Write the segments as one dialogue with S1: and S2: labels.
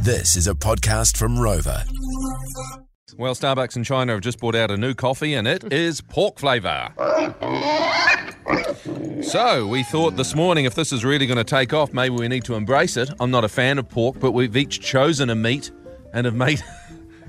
S1: This is a podcast from Rover.
S2: Well, Starbucks in China have just brought out a new coffee, and it is pork flavour. So, we thought this morning if this is really going to take off, maybe we need to embrace it. I'm not a fan of pork, but we've each chosen a meat and have made.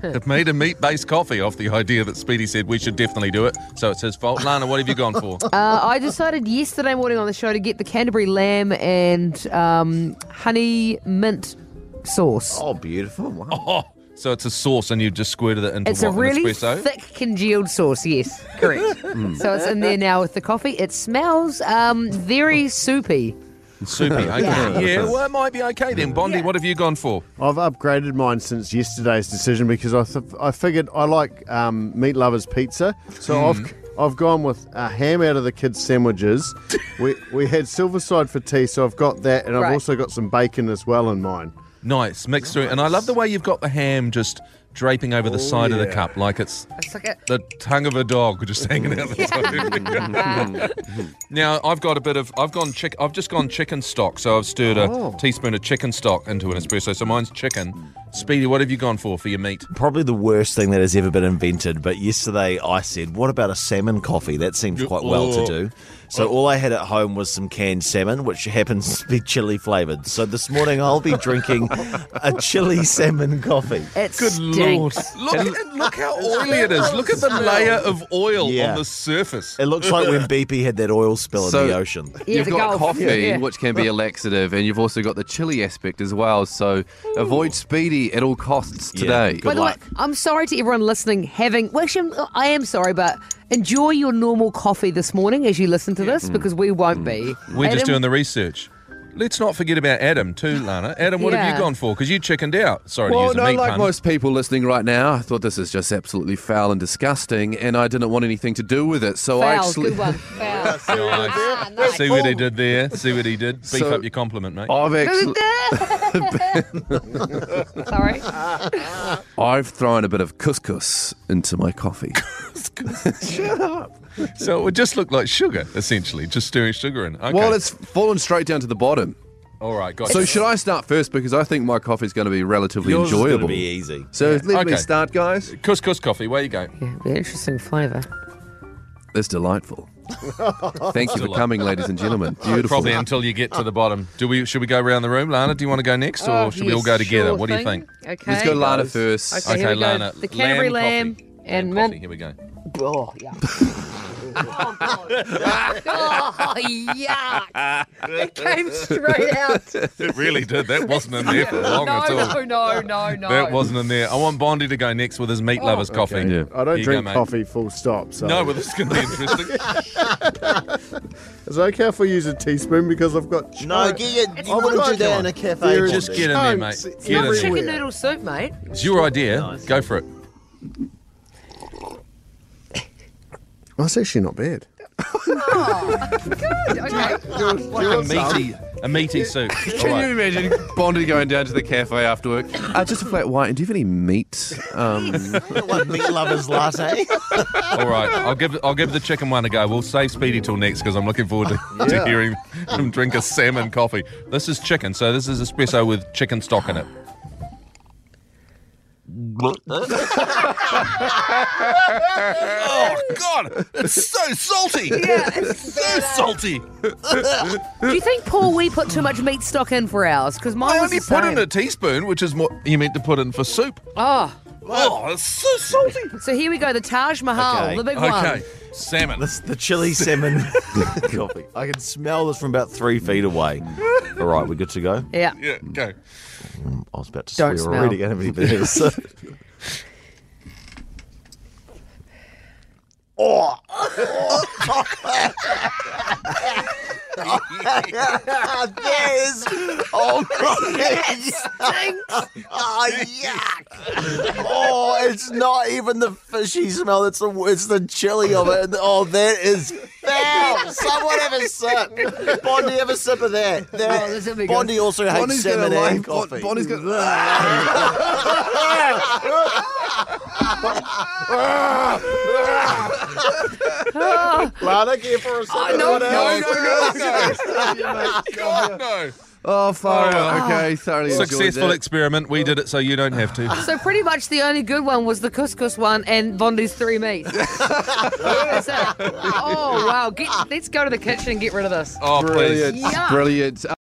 S2: Have made a meat based coffee off the idea that Speedy said we should definitely do it, so it's his fault. Lana, what have you gone for?
S3: Uh, I decided yesterday morning on the show to get the Canterbury lamb and um, honey mint sauce.
S4: Oh, beautiful. Wow.
S2: Oh, so it's a sauce, and you've just squirted it into
S3: it's
S2: what,
S3: a really
S2: an espresso?
S3: thick congealed sauce. Yes, correct. So it's in there now with the coffee. It smells um, very soupy.
S2: Soupy. Okay. Yeah. well, it might be okay then. Bondi, what have you gone for?
S4: I've upgraded mine since yesterday's decision because I, th- I figured I like um, meat lovers pizza, so
S2: Hmm.
S4: I've I've gone with a ham out of the kids' sandwiches. we we had Silverside for tea, so I've got that, and
S3: Right.
S4: I've also got some bacon as well in mine.
S2: Nice mixed through, and I love the way you've got the ham just draping over the side of the
S4: yeah.
S2: cup like it's
S3: It's like a,
S2: the tongue of a dog just hanging out the side. now I've got a bit of I've gone chick I've just gone chicken stock, so I've stirred a teaspoon of chicken stock into an espresso. So mine's chicken. Speedy, what have you gone for for your meat?
S5: probably the worst thing that has ever been invented. But yesterday I said, "What about a salmon coffee?" That seems quite well
S6: oh.
S5: to do. So all I had at home was some canned salmon, which happens to be chili flavored. So this morning I'll be drinking a chili salmon coffee.
S3: it stinks.
S2: Look at, look how oily it is. Look at the layer of oil
S5: Yeah.
S2: on the surface.
S5: It looks like when BP had that oil spill
S6: So-
S5: in the ocean.
S3: Yeah,
S6: you've
S3: the Gulf.
S6: got coffee,
S3: Yeah, yeah.
S6: which can be a laxative, and you've also got the chili aspect as well. So avoid speedy at all costs
S5: Yeah,
S6: today.
S3: By
S5: Good
S3: the
S5: luck.
S3: way, I'm sorry to everyone listening having. Well, actually, I'm- I am sorry, but enjoy your normal coffee this morning as you listen to this because we won't be.
S2: Hmm. We're just
S3: Adam-
S2: doing the research. Let's not forget about Adam too, Lana. Adam, what have
S3: Yeah.
S2: you gone for? Because you chickened out. Sorry to
S6: Well,
S2: use a
S6: no,
S2: meat
S6: like
S2: pun.
S6: most people listening right now, I thought this is just absolutely foul and disgusting, and I didn't want anything to do with it. So I
S3: Foul,
S6: actually.
S3: good one. Foul.
S2: Nice.
S3: Ah, nice.
S2: See what he did there. See what he did. Beef
S6: So-
S2: up your compliment, mate.
S6: I've actually
S3: Sorry.
S6: I've thrown a bit of couscous into my coffee.
S2: So it would just look like sugar, essentially, just stirring sugar in. Okay.
S6: Well, it's fallen straight down to the bottom.
S2: all right. Got
S6: So
S2: it.
S6: should I start first because I think my coffee's going to be relatively
S5: Yours is gonna
S6: enjoyable.
S5: be easy.
S6: So let
S2: Okay.
S6: me start, guys.
S2: couscous coffee. Where you go?
S3: Yeah, be an interesting flavour.
S6: That's delightful. Thank you for
S2: Delightful.
S6: coming, ladies and gentlemen. Beautiful.
S2: Probably until you get to the bottom. Do we? Should we go around the room, Lana? Do you want to go next,
S3: Oh,
S2: or should we all go together? what do you think?
S3: Okay.
S6: Let's go Lana first.
S3: Okay, here we go.
S2: Lana.
S3: The Canterbury lamb
S2: coffee.
S3: and
S2: coffee.
S3: mint.
S2: Here we go.
S3: Oh, yeah. oh, yuck. It came straight out.
S2: It really did. That wasn't in there for long
S3: no,
S2: at all.
S3: no, no, no, no. Oh.
S2: That wasn't in there. I want Bondi to go next with his meat lovers coffee.
S6: Yeah.
S4: I don't
S2: Here you go,
S4: drink
S2: mate.
S4: coffee, full stop. So
S2: No, but this is going to be interesting.
S4: is it okay if I use a teaspoon because I've got
S5: No, get your, you
S4: wouldn't do that in a
S5: cafe.
S2: Just get in there, mate.
S4: Chunks
S2: Get in
S3: Not
S2: there.
S3: chicken
S4: everywhere.
S3: noodle soup, mate.
S2: It's your idea. Go for it.
S4: That's actually not bad.
S3: Okay.
S2: A meaty, a meaty soup. All
S6: Can
S2: right.
S6: you imagine Bondi going down to the cafe after work? Uh, just a flat white. And do you have any meat? Um,
S5: What meat lovers latte?
S2: All right, I'll give I'll give the chicken one a go. We'll save Speedy till next because I'm looking forward to, to hearing him drink a salmon coffee. This is chicken, so this is espresso with chicken stock in it. oh God, it's so salty. Yeah, it's so salty.
S3: Do you think, Paul, we put too much meat stock in for ours? Because mine
S2: I
S3: was
S2: only
S3: the
S2: put in
S3: same.
S2: a teaspoon, which is what you meant to put in for soup.
S3: Oh,
S2: Oh, it's so salty.
S3: so here we go. The Taj Mahal,
S5: Okay.
S3: the big one.
S2: Okay, salmon.
S5: This the chili salmon coffee. I can smell this from about three feet away. All right, we're good to go.
S3: Yeah.
S2: Yeah, go.
S5: I was about to
S3: Don't
S5: swear already.
S3: smell.
S5: Gonna be there, so. Oh. there is. Oh, yes. Oh, yuck. Oh, it's not even the fishy smell. It's the it's the chili of it. And, oh, that is foul. Someone have a sip. Bondi, have a sip of that. That-
S3: Oh, this will be good.
S5: Bondi also hates
S6: Bondi's
S5: salmon
S6: gonna
S5: and
S6: like- Bon-
S5: coffee.
S6: Bondi's gonna-
S4: Lana, care for a second.
S3: no,
S4: What
S3: no,
S4: else?
S2: God, no.
S6: Oh, far out. Okay, thoroughly enjoyed
S2: Successful
S6: that.
S2: experiment. We did it so you don't have to.
S3: So pretty much the only good one was the couscous one and Bondi's three meat. That's it. Oh wow! Get, let's go to the kitchen and get rid of this.
S2: Oh, please.
S6: Brilliant.
S3: Yuck.
S6: Brilliant.